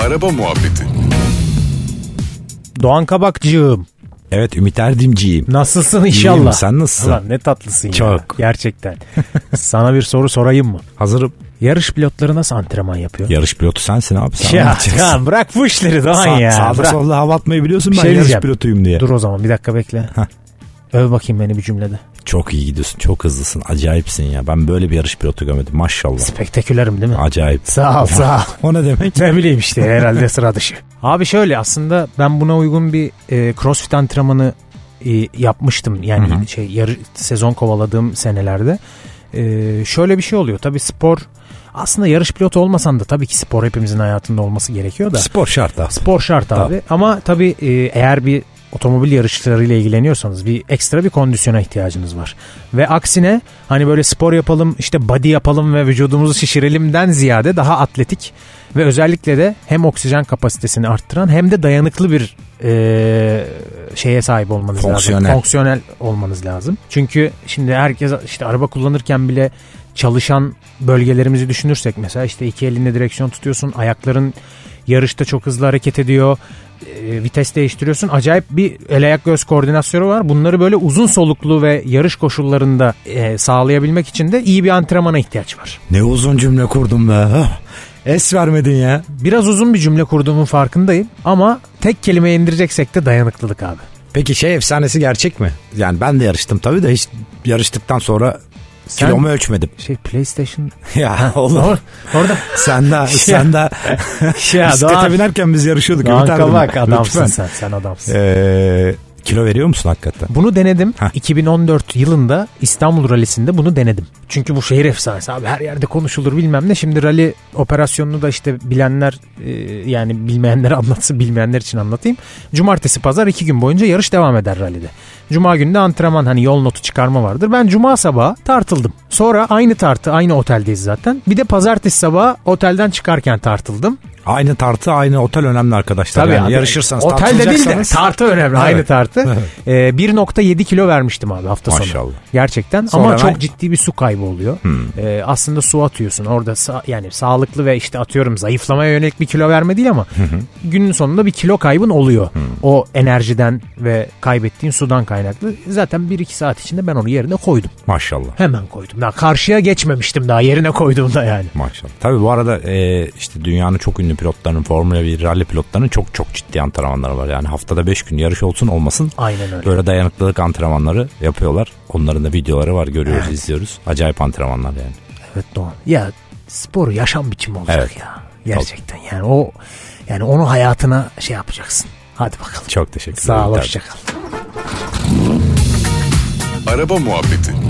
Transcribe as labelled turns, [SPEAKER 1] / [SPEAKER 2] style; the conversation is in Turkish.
[SPEAKER 1] Araba muhabbeti.
[SPEAKER 2] Doğan Kabakcığım.
[SPEAKER 3] Evet Ümit Erdimciğim.
[SPEAKER 2] Nasılsın inşallah?
[SPEAKER 3] sen nasılsın?
[SPEAKER 2] Ulan ne tatlısın ya.
[SPEAKER 3] Çok.
[SPEAKER 2] Gerçekten. Sana bir soru sorayım mı?
[SPEAKER 3] Hazırım.
[SPEAKER 2] Yarış pilotları nasıl antrenman yapıyor?
[SPEAKER 3] Yarış pilotu sensin abi. Sen
[SPEAKER 2] ya,
[SPEAKER 3] anlatacaksın.
[SPEAKER 2] ya bırak bu işleri Doğan
[SPEAKER 3] Sa-
[SPEAKER 2] ya.
[SPEAKER 3] Sağda
[SPEAKER 2] Bırak.
[SPEAKER 3] solda hava atmayı biliyorsun
[SPEAKER 2] Bir
[SPEAKER 3] ben
[SPEAKER 2] şey
[SPEAKER 3] yarış
[SPEAKER 2] diyeceğim.
[SPEAKER 3] pilotuyum diye.
[SPEAKER 2] Dur o zaman bir dakika bekle.
[SPEAKER 3] Hah.
[SPEAKER 2] Öv bakayım beni bir cümlede.
[SPEAKER 3] Çok iyi gidiyorsun. Çok hızlısın. Acayipsin ya. Ben böyle bir yarış pilotu görmedim. Maşallah.
[SPEAKER 2] Spektakülerim değil mi?
[SPEAKER 3] Acayip.
[SPEAKER 2] Sağ ol sağ ol.
[SPEAKER 3] O ne demek?
[SPEAKER 2] Ne bileyim işte herhalde sıra dışı. Abi şöyle aslında ben buna uygun bir e, crossfit antrenmanı e, yapmıştım. Yani şey yarı sezon kovaladığım senelerde. E, şöyle bir şey oluyor. Tabii spor aslında yarış pilotu olmasan da tabii ki spor hepimizin hayatında olması gerekiyor da.
[SPEAKER 3] Spor şart abi.
[SPEAKER 2] Spor şart abi.
[SPEAKER 3] Tabii.
[SPEAKER 2] Ama tabii e, eğer bir otomobil yarışlarıyla ilgileniyorsanız bir ekstra bir kondisyona ihtiyacınız var. Ve aksine hani böyle spor yapalım işte body yapalım ve vücudumuzu şişirelimden ziyade daha atletik ve özellikle de hem oksijen kapasitesini arttıran hem de dayanıklı bir e, şeye sahip olmanız lazım.
[SPEAKER 3] Fonksiyonel.
[SPEAKER 2] Fonksiyonel olmanız lazım. Çünkü şimdi herkes işte araba kullanırken bile çalışan bölgelerimizi düşünürsek mesela işte iki elinle direksiyon tutuyorsun ayakların yarışta çok hızlı hareket ediyor e, vites değiştiriyorsun acayip bir el ayak göz koordinasyonu var bunları böyle uzun soluklu ve yarış koşullarında e, sağlayabilmek için de iyi bir antrenmana ihtiyaç var.
[SPEAKER 3] Ne uzun cümle kurdum be. Hah. Es vermedin ya.
[SPEAKER 2] Biraz uzun bir cümle kurduğumun farkındayım ama tek kelimeye indireceksek de dayanıklılık abi.
[SPEAKER 3] Peki şey efsanesi gerçek mi? Yani ben de yarıştım tabii de hiç yarıştıktan sonra
[SPEAKER 2] Sen-
[SPEAKER 3] kilomu ölçmedim.
[SPEAKER 2] Şey PlayStation
[SPEAKER 3] ya oğlum
[SPEAKER 2] Or- orada
[SPEAKER 3] sen de sen de
[SPEAKER 2] ya
[SPEAKER 3] bisiklete
[SPEAKER 2] Doğan,
[SPEAKER 3] binerken biz yarışıyorduk.
[SPEAKER 2] Doğan
[SPEAKER 3] Ümit Erdem.
[SPEAKER 2] Kabak adamsın
[SPEAKER 3] Lütfen.
[SPEAKER 2] sen sen adamsın.
[SPEAKER 3] Ee, kilo veriyor musun hakikaten?
[SPEAKER 2] Bunu denedim.
[SPEAKER 3] Heh.
[SPEAKER 2] 2014 yılında İstanbul Rally'sinde bunu denedim. Çünkü bu şehir efsanesi abi her yerde konuşulur bilmem ne. Şimdi rally operasyonunu da işte bilenler e, yani bilmeyenler anlatsın bilmeyenler için anlatayım. Cumartesi pazar iki gün boyunca yarış devam eder rallide. Cuma günü de antrenman hani yol notu çıkarma vardır. Ben cuma sabahı tartıldım. Sonra aynı tartı aynı oteldeyiz zaten. Bir de pazartesi sabahı otelden çıkarken tartıldım.
[SPEAKER 3] Aynı tartı aynı otel önemli arkadaşlar. yani
[SPEAKER 2] abi.
[SPEAKER 3] yarışırsanız
[SPEAKER 2] Otelde değil de
[SPEAKER 3] tartılacaksanız-
[SPEAKER 2] tartı önemli.
[SPEAKER 3] Evet.
[SPEAKER 2] Aynı tartı. Ee, 1.7 kilo vermiştim abi hafta sonu.
[SPEAKER 3] Maşallah.
[SPEAKER 2] Gerçekten
[SPEAKER 3] Sonra
[SPEAKER 2] ama
[SPEAKER 3] ben-
[SPEAKER 2] çok ciddi bir su kaybı oluyor. Ee, aslında su atıyorsun orada sa- yani sağlıklı ve işte atıyorum zayıflamaya yönelik bir kilo verme değil ama günün sonunda bir kilo kaybın oluyor. O enerjiden ve kaybettiğin sudan kaynaklı. Zaten 1-2 saat içinde ben onu yerine koydum.
[SPEAKER 3] Maşallah.
[SPEAKER 2] Hemen koydum. Daha karşıya geçmemiştim daha yerine koyduğumda yani.
[SPEAKER 3] Maşallah. Tabii bu arada e, işte dünyanın çok ünlü pilotlarının Formula 1 rally pilotlarının çok çok ciddi antrenmanları var. Yani haftada 5 gün yarış olsun olmasın
[SPEAKER 2] Aynen öyle.
[SPEAKER 3] böyle dayanıklılık antrenmanları yapıyorlar. Onların da videoları var görüyoruz izliyoruz. Acayip antrenmanlar yani.
[SPEAKER 2] Evet Doğan. Ya spor yaşam biçimi olacak
[SPEAKER 3] Evet.
[SPEAKER 2] ya. Gerçekten yani o yani onu hayatına şey yapacaksın. Hadi bakalım.
[SPEAKER 3] Çok teşekkür ederim.
[SPEAKER 2] Sağ ol
[SPEAKER 3] Tabii.
[SPEAKER 2] hoşça kal.
[SPEAKER 1] Araba muhabbeti.